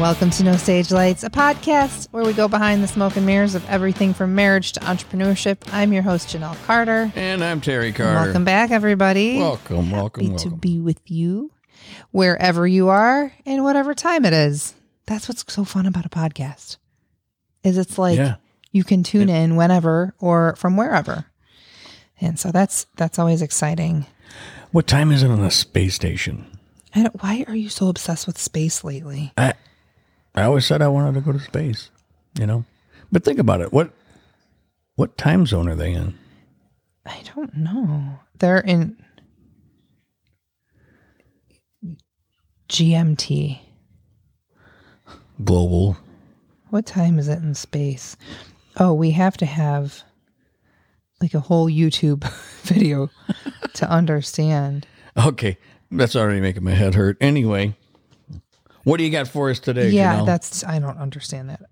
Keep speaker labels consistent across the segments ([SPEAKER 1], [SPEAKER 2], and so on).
[SPEAKER 1] welcome to No Stage Lights, a podcast where we go behind the smoke and mirrors of everything from marriage to entrepreneurship. I'm your host, Janelle Carter.
[SPEAKER 2] And I'm Terry Carter.
[SPEAKER 1] Welcome back, everybody.
[SPEAKER 2] welcome, welcome.
[SPEAKER 1] Happy to
[SPEAKER 2] welcome.
[SPEAKER 1] be with you wherever you are and whatever time it is. That's what's so fun about a podcast. Is it's like
[SPEAKER 2] Yeah.
[SPEAKER 1] you can tune in whenever or from wherever. And so that's that's always exciting.
[SPEAKER 2] What time is it on the space station?
[SPEAKER 1] I don't, why are you so obsessed with space lately?
[SPEAKER 2] I I always said I wanted to go to space, you know. But think about it. What what time zone are they in?
[SPEAKER 1] I don't know. They're in GMT.
[SPEAKER 2] Global.
[SPEAKER 1] What time is it in space? Oh, we have to have like a whole YouTube video to understand.
[SPEAKER 2] Okay, that's already making my head hurt. Anyway, what do you got for us today?
[SPEAKER 1] yeah,
[SPEAKER 2] Janelle?
[SPEAKER 1] that's I don't understand that.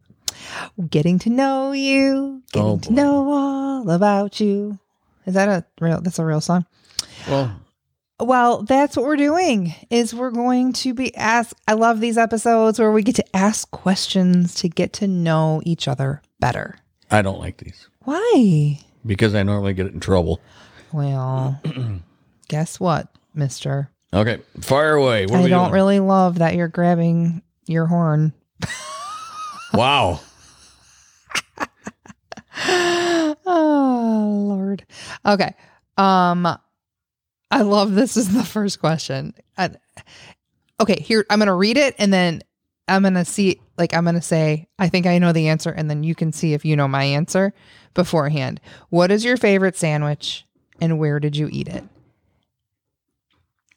[SPEAKER 1] Getting to know you, getting
[SPEAKER 2] Oh,
[SPEAKER 1] to
[SPEAKER 2] boy.
[SPEAKER 1] know all about you. Is that a real that's a real song?
[SPEAKER 2] well.
[SPEAKER 1] Well, that's what we're doing is we're going to be asked. I love these episodes where we get to ask questions to get to know each other better.
[SPEAKER 2] I don't like these
[SPEAKER 1] Why?
[SPEAKER 2] because I normally get in trouble.
[SPEAKER 1] Well, guess what, mister?
[SPEAKER 2] Okay, fire away. What are
[SPEAKER 1] I
[SPEAKER 2] we
[SPEAKER 1] don't
[SPEAKER 2] doing?
[SPEAKER 1] really love that you're grabbing your horn.
[SPEAKER 2] Wow.
[SPEAKER 1] Oh, Lord. Okay. Um I love this is the first question. I, okay, here I'm going to read it and then I'm going to see like I'm going to say I think I know the answer and then you can see if you know my answer beforehand. What is your favorite sandwich and where did you eat it?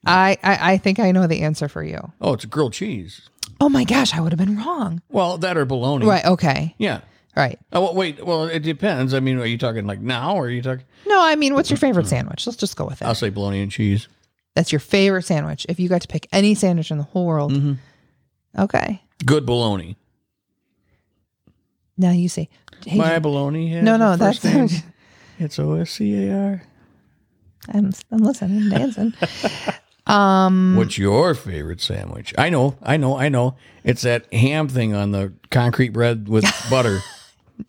[SPEAKER 1] I I, I think I know the answer for you.
[SPEAKER 2] Oh, it's grilled cheese.
[SPEAKER 1] Oh my gosh, I would have been wrong.
[SPEAKER 2] Well, that or bologna.
[SPEAKER 1] Right, okay.
[SPEAKER 2] Yeah.
[SPEAKER 1] Right.
[SPEAKER 2] Oh well, wait. Well, it depends. I mean, are you talking like now, or are you talking?
[SPEAKER 1] No, I mean, what's your favorite sandwich? Let's just go with it.
[SPEAKER 2] I'll say bologna and cheese.
[SPEAKER 1] That's your favorite sandwich. If you got to pick any sandwich in the whole world,
[SPEAKER 2] Mm-hmm.
[SPEAKER 1] okay.
[SPEAKER 2] Good bologna.
[SPEAKER 1] Now you say, hey,
[SPEAKER 2] My bologna. Has
[SPEAKER 1] no,
[SPEAKER 2] a
[SPEAKER 1] no,
[SPEAKER 2] first
[SPEAKER 1] that's
[SPEAKER 2] name. it's O S C A R.
[SPEAKER 1] I'm, I'm listening, I'm dancing. Um, Mm.
[SPEAKER 2] What's your favorite sandwich? I know, I know, I know. It's that ham thing on the concrete bread with butter.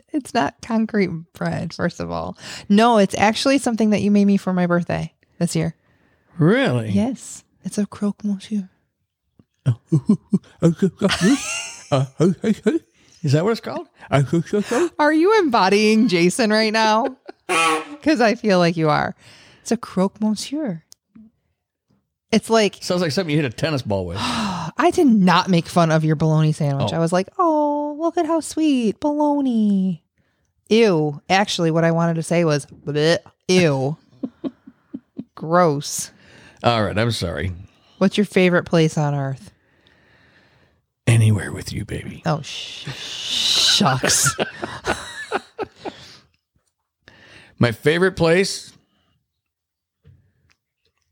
[SPEAKER 1] it's not concrete bread, first of all. No, it's actually something that you made me for my birthday this year.
[SPEAKER 2] Really?
[SPEAKER 1] Yes, it's a croque monsieur.
[SPEAKER 2] Is that what it's called?
[SPEAKER 1] Are you embodying Jason right now? Because I feel like you are. It's a croque monsieur. It's like
[SPEAKER 2] Sounds like something you hit a tennis ball with.
[SPEAKER 1] I did not make fun of your bologna sandwich.
[SPEAKER 2] Oh.
[SPEAKER 1] I was like, oh, look at how sweet bologna. Ew. Actually, what I wanted to say was, bleh, ew. Gross.
[SPEAKER 2] All right, I'm sorry.
[SPEAKER 1] What's your favorite place on earth?
[SPEAKER 2] Anywhere with you, baby.
[SPEAKER 1] Oh, sh- shucks.
[SPEAKER 2] My favorite place.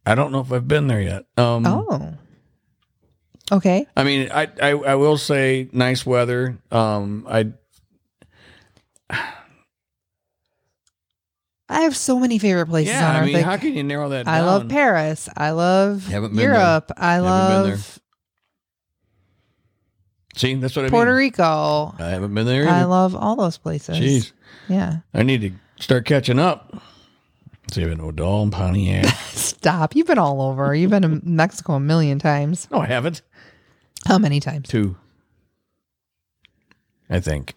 [SPEAKER 2] I don't know if I've been there yet. Um,
[SPEAKER 1] oh. Okay.
[SPEAKER 2] I mean, I, I I will say nice weather. Um, I
[SPEAKER 1] I have so many favorite places
[SPEAKER 2] yeah.
[SPEAKER 1] on earth.
[SPEAKER 2] I mean,
[SPEAKER 1] Like,
[SPEAKER 2] how can you narrow that?
[SPEAKER 1] I
[SPEAKER 2] down?
[SPEAKER 1] love Paris. I love
[SPEAKER 2] Haven't been there.
[SPEAKER 1] Europe. I
[SPEAKER 2] Haven't been
[SPEAKER 1] love
[SPEAKER 2] See, that's what I
[SPEAKER 1] Puerto
[SPEAKER 2] mean.
[SPEAKER 1] Rico.
[SPEAKER 2] I haven't been there. Either.
[SPEAKER 1] I love all those places.
[SPEAKER 2] Jeez,
[SPEAKER 1] Yeah.
[SPEAKER 2] I need to start catching up. See, I've been to Odell and Pontiac.
[SPEAKER 1] Stop. You've been all over. You've been to Mexico a million times.
[SPEAKER 2] no, I haven't.
[SPEAKER 1] How many times?
[SPEAKER 2] Two, I think.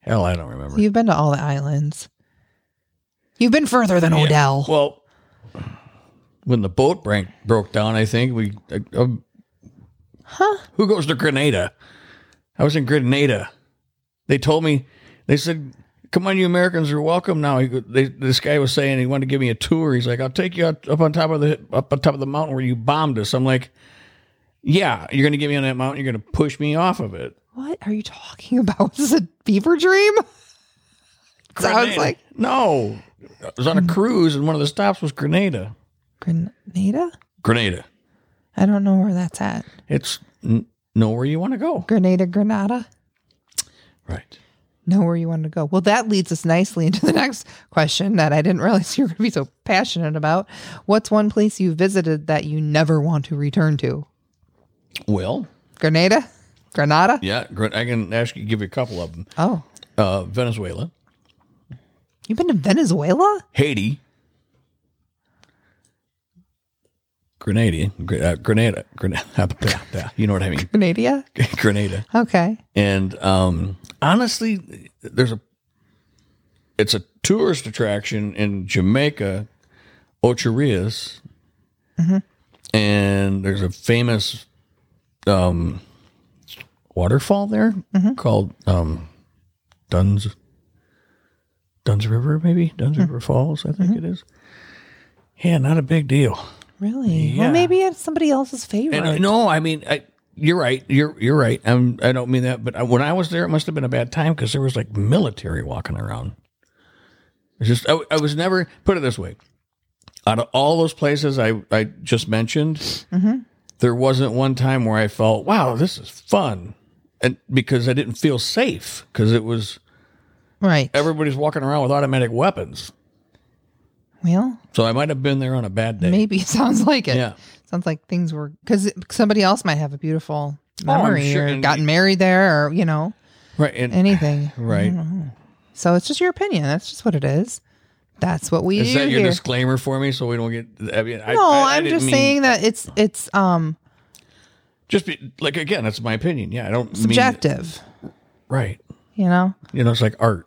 [SPEAKER 2] Hell, I don't remember.
[SPEAKER 1] You've been to all the islands. You've been further than
[SPEAKER 2] Yeah.
[SPEAKER 1] Odell.
[SPEAKER 2] Well, when the boat break, broke down, I think we. Uh, um,
[SPEAKER 1] Huh?
[SPEAKER 2] Who goes to Grenada? I was in Grenada. They told me. They said, "Come on, you Americans are welcome now." He, go- they, this guy was saying he wanted to give me a tour. He's like, "I'll take you out, up on top of the up on top of the mountain where you bombed us." I'm like, "Yeah, you're going to get me on that mountain. You're going to push me off of it."
[SPEAKER 1] What are you talking about? Is this a fever dream? Sounds
[SPEAKER 2] Grenada.
[SPEAKER 1] like Mm.
[SPEAKER 2] no. I was on a cruise, and one of the stops was Grenada.
[SPEAKER 1] Grenada?
[SPEAKER 2] Grenada.
[SPEAKER 1] I don't know where that's at.
[SPEAKER 2] It's n- nowhere you want to go.
[SPEAKER 1] Grenada, Granada?
[SPEAKER 2] Right.
[SPEAKER 1] Know where you wanted to go. Well, that leads us nicely into the next question that I didn't realize you were going to be so passionate about. What's one place you visited that you never want to return to?
[SPEAKER 2] Well,
[SPEAKER 1] Grenada? Granada?
[SPEAKER 2] Yeah, gr- I can actually give you a couple of them.
[SPEAKER 1] Oh,
[SPEAKER 2] Uh, Venezuela,
[SPEAKER 1] you've been to Venezuela?
[SPEAKER 2] Haiti, Grenada, Gre- uh, Grenada, Grenada. you know what I mean,
[SPEAKER 1] Grenada?
[SPEAKER 2] Grenada.
[SPEAKER 1] Okay.
[SPEAKER 2] And um, honestly, there's a it's a tourist attraction in Jamaica, Ocho Rios, and there's a famous um, waterfall there called um, Duns Duns River, maybe Duns River Falls, I think it is. Yeah, not a big deal.
[SPEAKER 1] Really?
[SPEAKER 2] Yeah.
[SPEAKER 1] Well, maybe it's somebody else's favorite.
[SPEAKER 2] And I- no, I mean, I, you're right. You're you're right. I'm, I don't mean that, but I, when I was there, it must have been a bad time because there was like military walking around. It's just I, I was never put it this way. Out of all those places I I just mentioned, there wasn't one time where I felt wow this is fun, and because I didn't feel safe because it was
[SPEAKER 1] right.
[SPEAKER 2] everybody's walking around with automatic weapons.
[SPEAKER 1] well,
[SPEAKER 2] So I might have been there on a bad day.
[SPEAKER 1] maybe it sounds like it.
[SPEAKER 2] Yeah.
[SPEAKER 1] Sounds like things were because somebody else might have a beautiful memory
[SPEAKER 2] Oh, sure,
[SPEAKER 1] or
[SPEAKER 2] and-
[SPEAKER 1] gotten married there or you know
[SPEAKER 2] Right. And,
[SPEAKER 1] anything.
[SPEAKER 2] right.
[SPEAKER 1] So it's just your opinion. That's just what it is. That's what we
[SPEAKER 2] Is
[SPEAKER 1] do
[SPEAKER 2] that your
[SPEAKER 1] here.
[SPEAKER 2] disclaimer for me so we don't get? I mean, I,
[SPEAKER 1] no,
[SPEAKER 2] I, I
[SPEAKER 1] am
[SPEAKER 2] didn't
[SPEAKER 1] just
[SPEAKER 2] mean-
[SPEAKER 1] saying that it's it's um
[SPEAKER 2] Just be, like again, that's my opinion. Yeah, I don't mean-
[SPEAKER 1] subjective.
[SPEAKER 2] right?
[SPEAKER 1] you know,
[SPEAKER 2] You know, it's like art,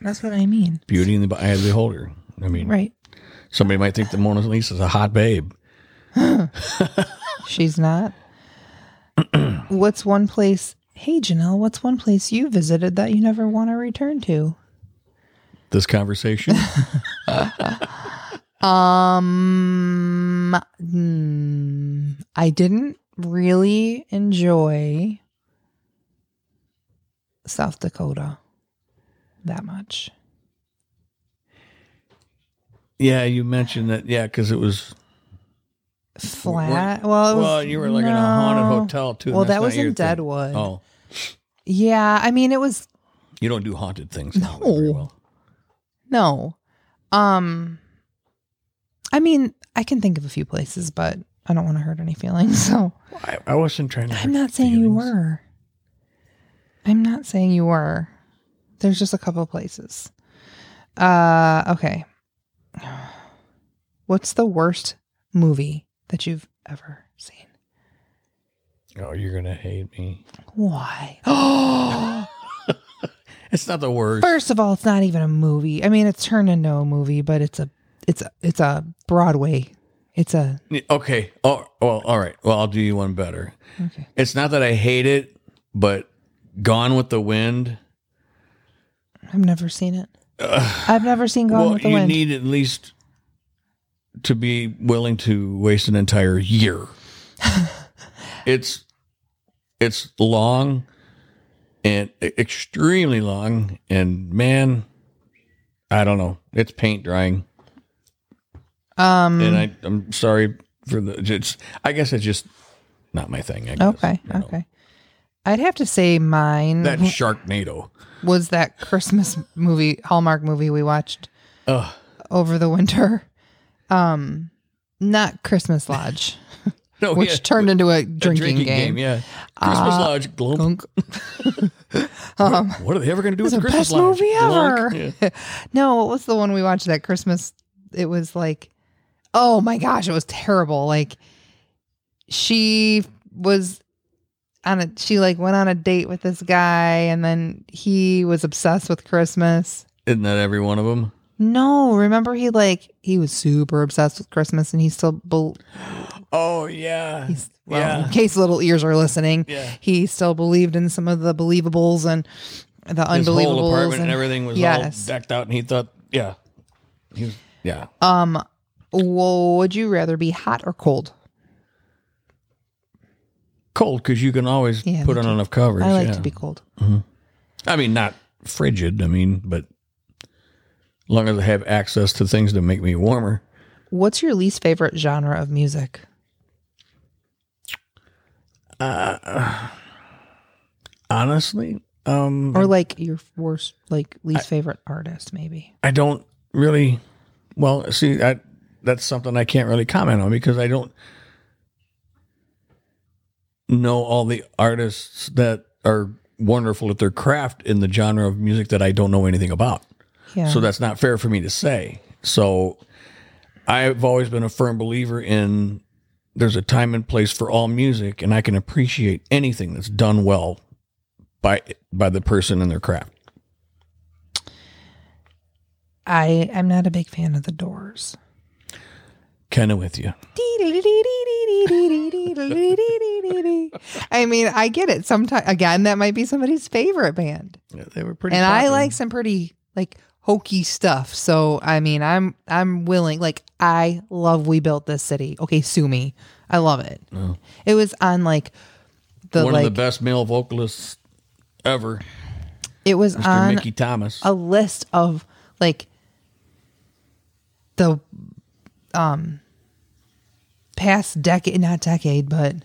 [SPEAKER 1] that's what I mean.
[SPEAKER 2] beauty in the eye of the beholder. I mean,
[SPEAKER 1] Right?
[SPEAKER 2] somebody might think the Mona Lisa is a hot babe.
[SPEAKER 1] She's not. what's one place? Hey Janelle, what's one place you visited that you never want to return to?
[SPEAKER 2] This conversation.
[SPEAKER 1] Um, mm, I didn't really enjoy South Dakota that much.
[SPEAKER 2] yeah, you mentioned that. Yeah, because it was.
[SPEAKER 1] Flat. Well, it was,
[SPEAKER 2] well, you were like in a haunted
[SPEAKER 1] Oh, no.
[SPEAKER 2] hotel too. and
[SPEAKER 1] Well,
[SPEAKER 2] that's
[SPEAKER 1] that
[SPEAKER 2] not
[SPEAKER 1] was
[SPEAKER 2] your
[SPEAKER 1] in
[SPEAKER 2] thing.
[SPEAKER 1] Deadwood.
[SPEAKER 2] Oh,
[SPEAKER 1] Yeah, I mean, it was
[SPEAKER 2] you don't do haunted things. No. Very
[SPEAKER 1] No.
[SPEAKER 2] well.
[SPEAKER 1] no. Um, I mean, I can think of a few places, but I don't want to hurt any feelings. So
[SPEAKER 2] I, I wasn't trying to.
[SPEAKER 1] I'm
[SPEAKER 2] hurt
[SPEAKER 1] not saying you
[SPEAKER 2] feelings.
[SPEAKER 1] were. I'm not saying you were. There's just a couple places. Uh, okay. What's the worst movie that you've ever seen?
[SPEAKER 2] Oh, you're gonna hate me.
[SPEAKER 1] Why? Oh.
[SPEAKER 2] It's not the worst.
[SPEAKER 1] First of all, it's not even a movie. I mean, it's turned into a movie, but it's a it's a it's a Broadway. It's a
[SPEAKER 2] Okay. Oh, well. All right. Well, I'll do you one better.
[SPEAKER 1] okay.
[SPEAKER 2] It's not that I hate it, but Gone with the Wind.
[SPEAKER 1] I've never seen it. I've never seen Gone
[SPEAKER 2] well,
[SPEAKER 1] with the
[SPEAKER 2] you
[SPEAKER 1] Wind.
[SPEAKER 2] need at least to be willing to waste an entire year. it's it's long and e- extremely long, and man, I don't know. It's paint drying,
[SPEAKER 1] um.
[SPEAKER 2] and I I'm sorry for the. It's I guess it's just not my thing. I guess,
[SPEAKER 1] Okay.
[SPEAKER 2] you know.
[SPEAKER 1] Okay. I'd have to say mine
[SPEAKER 2] That Sharknado.
[SPEAKER 1] was that Christmas movie Hallmark movie we watched
[SPEAKER 2] Ugh.
[SPEAKER 1] over the winter. Um, not Christmas Lodge,
[SPEAKER 2] No,
[SPEAKER 1] which
[SPEAKER 2] Oh, yeah,
[SPEAKER 1] turned into a
[SPEAKER 2] a
[SPEAKER 1] drinking, game.
[SPEAKER 2] Yeah, Christmas
[SPEAKER 1] Uh,
[SPEAKER 2] Lodge. Glump.
[SPEAKER 1] Gunk. Um,
[SPEAKER 2] What- what are they ever going to do with
[SPEAKER 1] Uh-huh. It's
[SPEAKER 2] the
[SPEAKER 1] the best
[SPEAKER 2] Christmas Lodge?
[SPEAKER 1] movie
[SPEAKER 2] Glunk.
[SPEAKER 1] ever.
[SPEAKER 2] Yeah.
[SPEAKER 1] No, what was the one we watched that Christmas? It was like, oh my gosh, it was terrible. Like, she was on a she like went on a date with this guy, and then he was obsessed with Christmas.
[SPEAKER 2] Isn't that every one of them?
[SPEAKER 1] No, remember he like he was super obsessed with Christmas, and he still bel
[SPEAKER 2] Oh yeah,
[SPEAKER 1] he's well,
[SPEAKER 2] Yeah.
[SPEAKER 1] in case little ears are listening,
[SPEAKER 2] yeah.
[SPEAKER 1] he still believed in some of the believables and the
[SPEAKER 2] His whole
[SPEAKER 1] unbelievables.
[SPEAKER 2] apartment and,
[SPEAKER 1] and-
[SPEAKER 2] everything was
[SPEAKER 1] Yes.
[SPEAKER 2] all decked out, and he thought, yeah, he was, yeah.
[SPEAKER 1] um, whoa, would you rather be hot or cold?
[SPEAKER 2] Cold because you can always
[SPEAKER 1] Yeah,
[SPEAKER 2] put
[SPEAKER 1] me
[SPEAKER 2] on
[SPEAKER 1] too.
[SPEAKER 2] enough covers.
[SPEAKER 1] I like
[SPEAKER 2] yeah.
[SPEAKER 1] to be cold.
[SPEAKER 2] I mean, not frigid. I mean, but as long as I have access to things to make me warmer,
[SPEAKER 1] What's your least favorite genre of music?
[SPEAKER 2] honestly, um,
[SPEAKER 1] Or like your worst like least favorite artist maybe?
[SPEAKER 2] I don't really. Well, see, I, that's something I can't really comment on because I don't. know all the artists that are wonderful at their craft in the genre of music that I don't know anything about.
[SPEAKER 1] Yeah.
[SPEAKER 2] So that's not fair for me to say. So I've always been a firm believer in there's a time and place for all music, and I can appreciate anything that's done well by by the person and their craft.
[SPEAKER 1] I I'm not a big fan of the Doors.
[SPEAKER 2] Kind of with you.
[SPEAKER 1] I mean, I get it. Sometimes again, that might be somebody's favorite band,
[SPEAKER 2] Yeah, they were pretty.
[SPEAKER 1] and I
[SPEAKER 2] popular.
[SPEAKER 1] like some pretty like hokey stuff. So I mean, I'm I'm willing. Like I love We Built This City. Okay, sue me. I love it. It was on like the
[SPEAKER 2] Oh. one
[SPEAKER 1] like
[SPEAKER 2] of the best male vocalists ever,
[SPEAKER 1] it was
[SPEAKER 2] Mr.
[SPEAKER 1] on
[SPEAKER 2] Mickey Thomas.
[SPEAKER 1] a list of like the um past decade not decade but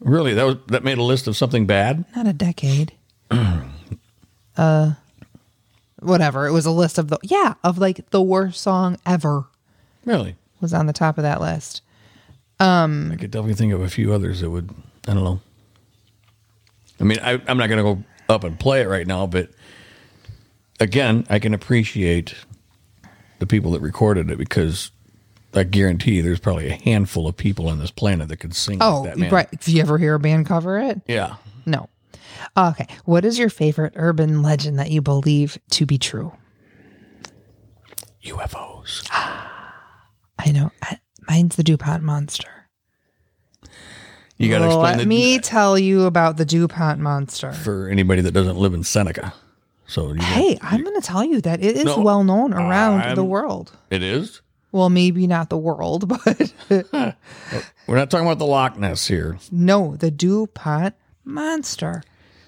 [SPEAKER 2] really, that was that made a list of something bad.
[SPEAKER 1] not a decade uh whatever it was a list of the yeah of like the worst song ever
[SPEAKER 2] Really,
[SPEAKER 1] was on the top of that list
[SPEAKER 2] I could definitely think of a few others that would. I don't know. I mean, I, I'm not going to go up and play it right now, but again, I can appreciate the people that recorded it because I guarantee you there's probably a handful of people on this planet that could sing.
[SPEAKER 1] oh
[SPEAKER 2] like that man.
[SPEAKER 1] right if you ever hear a band cover it
[SPEAKER 2] Yeah.
[SPEAKER 1] no okay what is your favorite urban legend that you believe to be true
[SPEAKER 2] UFOs.
[SPEAKER 1] i know I, mine's the dupont monster
[SPEAKER 2] You got to explain
[SPEAKER 1] Let
[SPEAKER 2] the,
[SPEAKER 1] me tell you about the DuPont monster.
[SPEAKER 2] for anybody that doesn't live in Seneca. So you
[SPEAKER 1] Hey, I'm going to tell you that it is
[SPEAKER 2] No,
[SPEAKER 1] well known around the
[SPEAKER 2] I'm-
[SPEAKER 1] world.
[SPEAKER 2] it is.
[SPEAKER 1] Well, maybe not the world, but
[SPEAKER 2] We're not talking about the Loch Ness here.
[SPEAKER 1] no, the DuPont monster.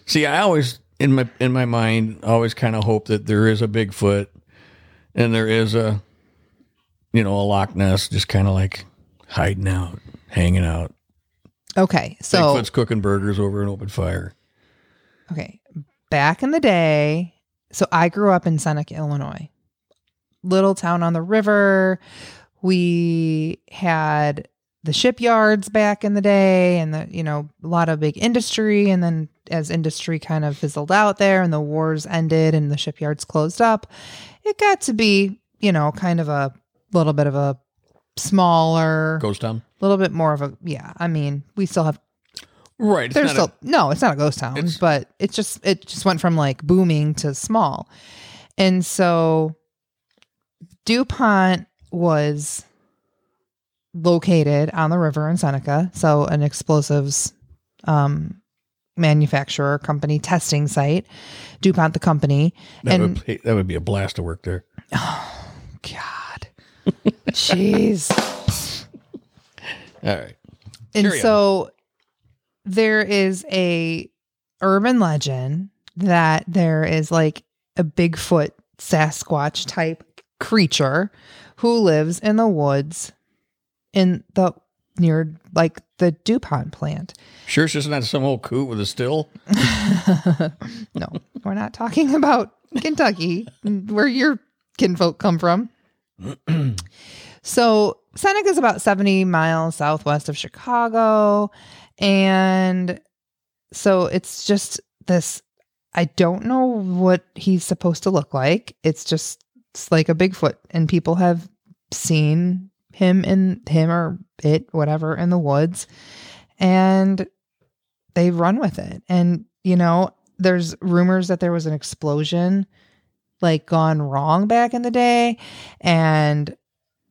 [SPEAKER 2] See, I always in my in my mind I always kind of hope that there is a Bigfoot and there is a you know, a Loch Ness just kind of like hiding out, hanging out.
[SPEAKER 1] Okay, so
[SPEAKER 2] Bigfoot's cooking burgers over an open fire.
[SPEAKER 1] okay, back in the day, so I grew up in Seneca, Illinois, little town on the river. We had the shipyards back in the day, and the you know a lot of big industry, and then as industry kind of fizzled out there, and the wars ended, and the shipyards closed up, it got to be you know kind of a little bit of a smaller, a
[SPEAKER 2] Ghost town?
[SPEAKER 1] little bit more of a yeah. I mean, we still have
[SPEAKER 2] Right.
[SPEAKER 1] there's still no it's not a ghost town
[SPEAKER 2] It's-
[SPEAKER 1] but it just it just went from like booming to small and so dupont was located on the river in seneca so an explosives um manufacturer company testing site dupont the company
[SPEAKER 2] that,
[SPEAKER 1] and-
[SPEAKER 2] would be, that would be a blast to work there.
[SPEAKER 1] god jeez
[SPEAKER 2] All right.
[SPEAKER 1] And
[SPEAKER 2] Carry on.
[SPEAKER 1] so there is a urban legend that there is like a Bigfoot Sasquatch type creature who lives in the woods in the near like the DuPont plant.
[SPEAKER 2] Sure, it's just not some old coot with a still.
[SPEAKER 1] no, we're not talking about Kentucky, where your kinfolk come from. so Seneca is about 70 miles southwest of Chicago. And so it's just this I don't know what he's supposed to look like. It's just it's like a Bigfoot, and people have seen him in him or it, whatever, in the woods. And they run with it. And, you know, there's rumors that there was an explosion like gone wrong back in the day and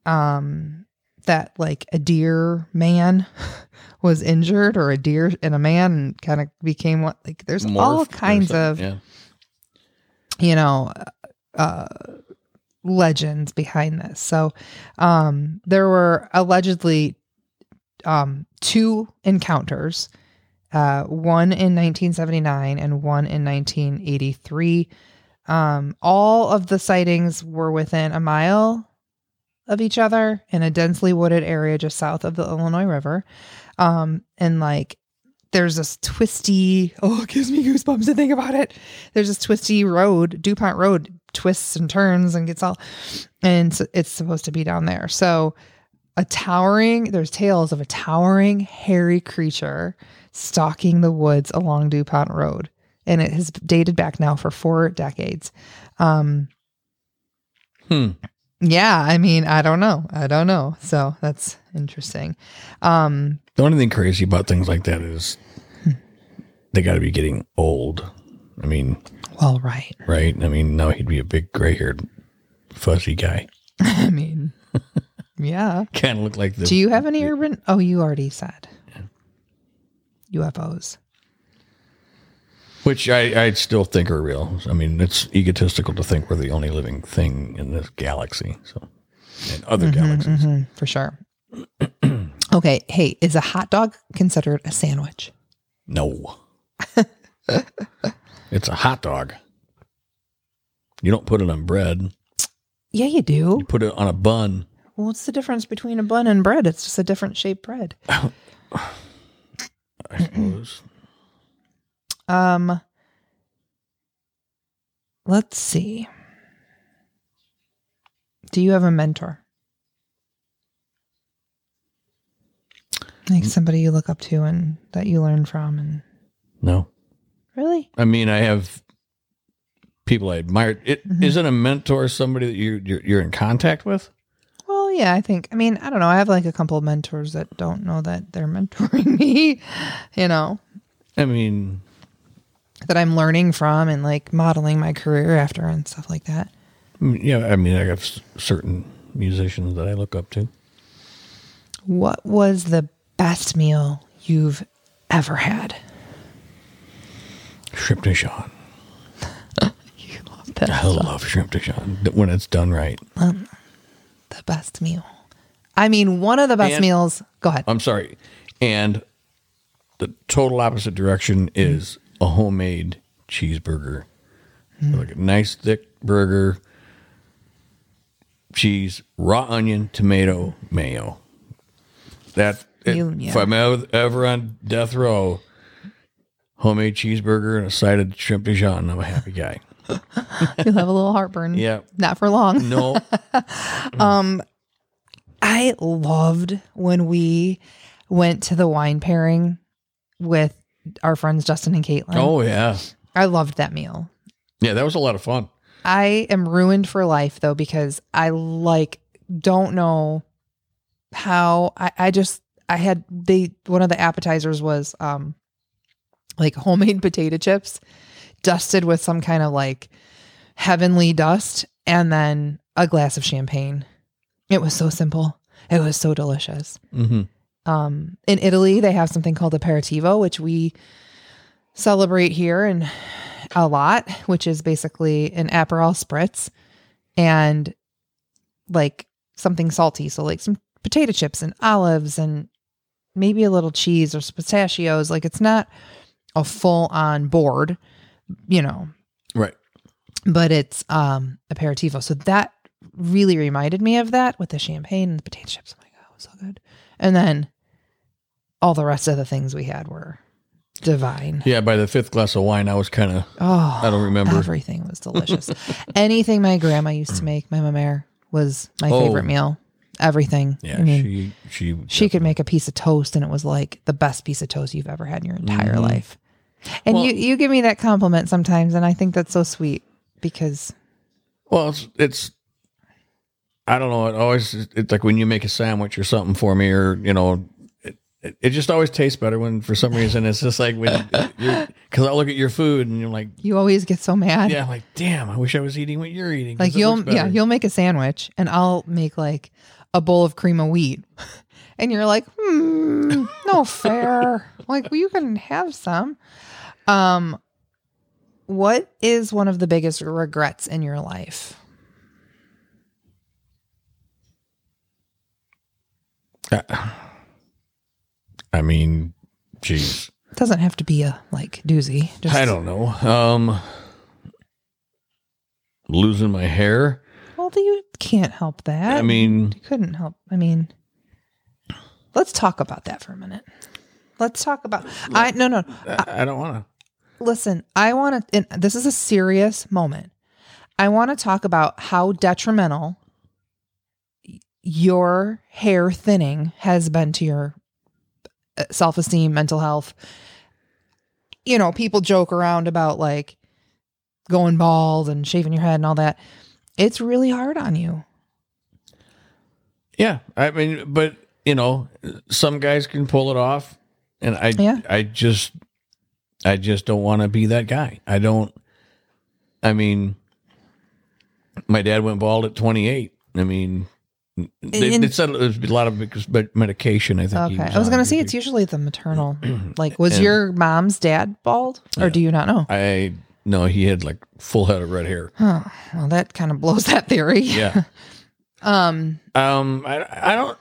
[SPEAKER 1] um that like a deer man was injured or a deer and a man kind of became what like there's
[SPEAKER 2] Morphed
[SPEAKER 1] all
[SPEAKER 2] or
[SPEAKER 1] kinds
[SPEAKER 2] something.
[SPEAKER 1] of
[SPEAKER 2] Yeah.
[SPEAKER 1] you know uh legends behind this so um there were allegedly um two encounters uh one in 1979 and one in 1983 um all of the sightings were within a mile of each other in a densely wooded area just south of the illinois river um and like there's this twisty oh it gives me goosebumps to think about it there's this twisty road, DuPont Road twists and turns and gets all, and so it's supposed to be down there. So a towering, there's tales of a towering, hairy creature stalking the woods along DuPont Road. And it has dated back now for four decades. Um,
[SPEAKER 2] Hmm.
[SPEAKER 1] yeah, I mean, I don't know. I don't know. So that's interesting. Um,
[SPEAKER 2] The only thing crazy about things like that is they got to be getting old. I mean,
[SPEAKER 1] well, right.
[SPEAKER 2] right? I mean, now he'd be a big gray haired, fuzzy guy.
[SPEAKER 1] I mean, yeah.
[SPEAKER 2] Kind of look like the.
[SPEAKER 1] Do you have any urban? Oh, you already said UFOs.
[SPEAKER 2] which I, I still think are real. I mean, it's egotistical to think we're the only living thing in this galaxy. So, and other galaxies.
[SPEAKER 1] Mhm, for sure. okay. Hey, is a hot dog considered a sandwich? mm-hmm.
[SPEAKER 2] No. it's a hot dog. You don't put it on bread.
[SPEAKER 1] Yeah, you do.
[SPEAKER 2] You put it on a bun.
[SPEAKER 1] Well, what's the difference between a bun and bread? It's just a different shaped bread.
[SPEAKER 2] I suppose.
[SPEAKER 1] Um, let's see. Do you have a mentor? Like somebody you look up to and that you learn from and
[SPEAKER 2] no.
[SPEAKER 1] really?
[SPEAKER 2] I mean, I have people I admire. It
[SPEAKER 1] Mhm.
[SPEAKER 2] not a mentor somebody that you you're, you're in contact with?
[SPEAKER 1] Well, yeah, I think. I mean, I don't know. I have like a couple of mentors that don't know that they're mentoring me, you know,
[SPEAKER 2] I mean,
[SPEAKER 1] that I'm learning from and like modeling my career after and stuff like that.
[SPEAKER 2] Mm, yeah. I mean, I have s- certain musicians that I look up to.
[SPEAKER 1] What was the best meal you've ever had?
[SPEAKER 2] Shrimp Dijon.
[SPEAKER 1] You love that.
[SPEAKER 2] I love shrimp Dijon th- when it's done right.
[SPEAKER 1] The best meal. I mean, one of the best
[SPEAKER 2] And-
[SPEAKER 1] meals. Go ahead.
[SPEAKER 2] I'm sorry. And the total opposite direction is a homemade cheeseburger. Like a nice thick burger, cheese, raw onion, tomato, mayo. That it-
[SPEAKER 1] You- yeah.
[SPEAKER 2] if I'm ev- ever on death row, homemade cheeseburger and a side of shrimp Dijon, I'm a happy guy.
[SPEAKER 1] You'll have a little heartburn.
[SPEAKER 2] Yeah.
[SPEAKER 1] Not for long.
[SPEAKER 2] No,
[SPEAKER 1] I loved when we went to the wine pairing with our friends Justin and Caitlin.
[SPEAKER 2] oh yeah,
[SPEAKER 1] I loved that meal.
[SPEAKER 2] yeah, that was a lot of fun.
[SPEAKER 1] I am ruined for life though because I like don't know how I, I just I had they one of the appetizers was um like homemade potato chips dusted with some kind of like heavenly dust and then a glass of champagne. It was so simple. It was so delicious
[SPEAKER 2] hmm
[SPEAKER 1] um, in Italy, they have something called aperitivo, which we celebrate here and a lot, which is basically an aperol spritz and like something salty. So like some potato chips and olives and maybe a little cheese or some pistachios. Like it's not a full on board, you know,
[SPEAKER 2] Right.
[SPEAKER 1] but it's um aperitivo. So that really reminded me of that with the champagne and the potato chips. I'm like, oh, it was so good. And then all the rest of the things we had were divine.
[SPEAKER 2] Yeah, by the fifth glass of wine, I was kind of
[SPEAKER 1] Oh,
[SPEAKER 2] I don't remember.
[SPEAKER 1] Everything was delicious. Anything my grandma used to make, my mamere, was my
[SPEAKER 2] Oh.
[SPEAKER 1] favorite meal. Everything.
[SPEAKER 2] yeah.
[SPEAKER 1] I mean, she,
[SPEAKER 2] she she
[SPEAKER 1] could make a piece of toast, and it was like the best piece of toast you've ever had in your entire
[SPEAKER 2] Mhm.
[SPEAKER 1] life. And
[SPEAKER 2] Well-
[SPEAKER 1] you you give me that compliment sometimes, and I think that's so sweet because
[SPEAKER 2] Well, it's, it's I don't know. It always it's like when you make a sandwich or something for me, or you know, it, it, it just always tastes better when for some reason it's just like when because I look at your food and you're like,
[SPEAKER 1] you always get so mad.
[SPEAKER 2] yeah, I'm like damn, I wish I was eating what you're eating. 'cause
[SPEAKER 1] Like
[SPEAKER 2] it
[SPEAKER 1] you'll
[SPEAKER 2] looks
[SPEAKER 1] yeah,
[SPEAKER 2] better."
[SPEAKER 1] you'll make a sandwich and I'll make like a bowl of cream of wheat. And you're like, hmm, no fair. like well, you can have some. Um what is one of the biggest regrets in your life?
[SPEAKER 2] I mean, jeez,
[SPEAKER 1] It doesn't have to be a like doozy. Just,
[SPEAKER 2] I don't know. Um, losing my hair.
[SPEAKER 1] Well, you can't help that.
[SPEAKER 2] I mean,
[SPEAKER 1] you couldn't help. I mean, let's talk about that for a minute. Let's talk about. I no no.
[SPEAKER 2] I, I don't want to.
[SPEAKER 1] Listen, I want to, and this is a serious moment. I want to talk about how detrimental your hair thinning has been to your self esteem, mental health. You know, people joke around about like going bald and shaving your head and all that. It's really hard on you.
[SPEAKER 2] Yeah, I mean, but you know, some guys can pull it off, and I,
[SPEAKER 1] Yeah.
[SPEAKER 2] I just, I just don't want to be that guy. I don't. I mean, my dad went bald at 28. I mean, they,
[SPEAKER 1] And-
[SPEAKER 2] they said it was a lot of because but medication. I think. he
[SPEAKER 1] Okay. I was
[SPEAKER 2] on.
[SPEAKER 1] going to say it's usually the maternal. like, was
[SPEAKER 2] And-
[SPEAKER 1] your mom's dad bald or do you not know?
[SPEAKER 2] I no, he had like full head of red hair.
[SPEAKER 1] Huh. Well, that kind of blows that theory.
[SPEAKER 2] Yeah.
[SPEAKER 1] Um,
[SPEAKER 2] Um, I, I don't,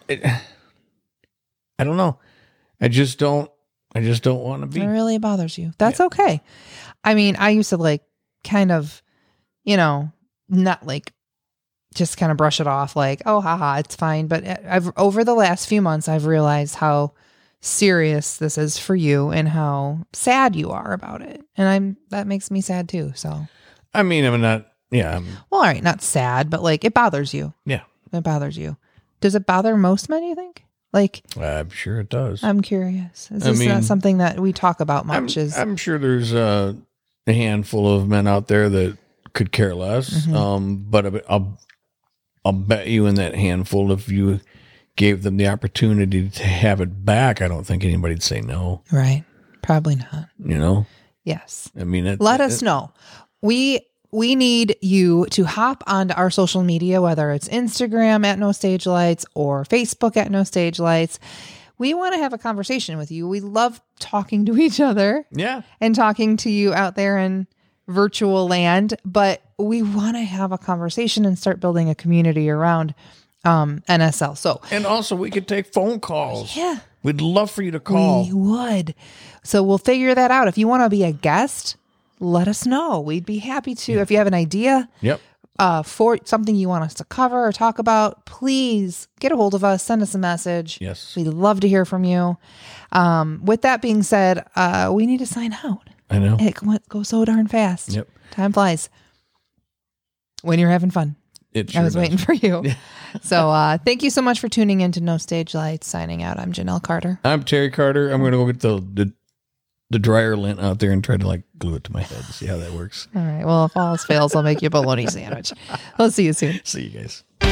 [SPEAKER 2] I don't know. I just don't, I just don't want to be.
[SPEAKER 1] It really bothers you. That's okay. I mean, I used to like kind of, you know, not like just kind of brush it off like, oh, haha, it's fine. But eh, I've over the last few months, I've realized how serious this is for you and how sad you are about it. And I'm that makes me sad too. So, well,
[SPEAKER 2] I mean, I'm not. Yeah, I'm,
[SPEAKER 1] all right, not sad, but like it bothers you.
[SPEAKER 2] Yeah.
[SPEAKER 1] It bothers you. Does it bother most men, you think? Like,
[SPEAKER 2] I'm sure it does.
[SPEAKER 1] I'm curious. Is
[SPEAKER 2] I
[SPEAKER 1] this
[SPEAKER 2] mean-
[SPEAKER 1] not something that we talk about
[SPEAKER 2] I'm-
[SPEAKER 1] much? is
[SPEAKER 2] I'm sure there's uh, a handful of men out there that could care less.
[SPEAKER 1] Mhm.
[SPEAKER 2] Um, but I- I'll, I'll bet you in that handful, if you gave them the opportunity to have it back, I don't think anybody'd say no.
[SPEAKER 1] right. Probably not.
[SPEAKER 2] You know,
[SPEAKER 1] Yes.
[SPEAKER 2] I mean, it,
[SPEAKER 1] Let
[SPEAKER 2] it-
[SPEAKER 1] us know. We we need you to hop onto our social media, whether it's Instagram at No Stage Lights or Facebook at No Stage Lights. We want to have a conversation with you. We love talking to each other
[SPEAKER 2] Yeah,
[SPEAKER 1] and talking to you out there in virtual land, but we want to have a conversation and start building a community around um, NSL. So,
[SPEAKER 2] and also we could take phone calls.
[SPEAKER 1] yeah,
[SPEAKER 2] We'd love for you to call.
[SPEAKER 1] we would. So we'll figure that out. If you want to be a guest, let us know. We'd be happy to. If you have an idea
[SPEAKER 2] Yep.
[SPEAKER 1] uh, for something you want us to cover or talk about, please get a hold of us. Send us a message.
[SPEAKER 2] Yes.
[SPEAKER 1] We'd love to hear from you. Um, with that being said, uh, we need to sign out.
[SPEAKER 2] I know.
[SPEAKER 1] It went- goes so darn fast.
[SPEAKER 2] Yep.
[SPEAKER 1] Time flies when you're having fun.
[SPEAKER 2] It
[SPEAKER 1] I was
[SPEAKER 2] does.
[SPEAKER 1] waiting for you. so uh, thank you so much for tuning in to No Stage Lights. Signing out. I'm Janelle Carter.
[SPEAKER 2] I'm Terry Carter. I'm going to go get the, the the dryer lint out there and try to like glue it to my head and see how that works.
[SPEAKER 1] All right. Well, if all else fails, I'll make you a bologna sandwich. We'll see you soon.
[SPEAKER 2] See you guys.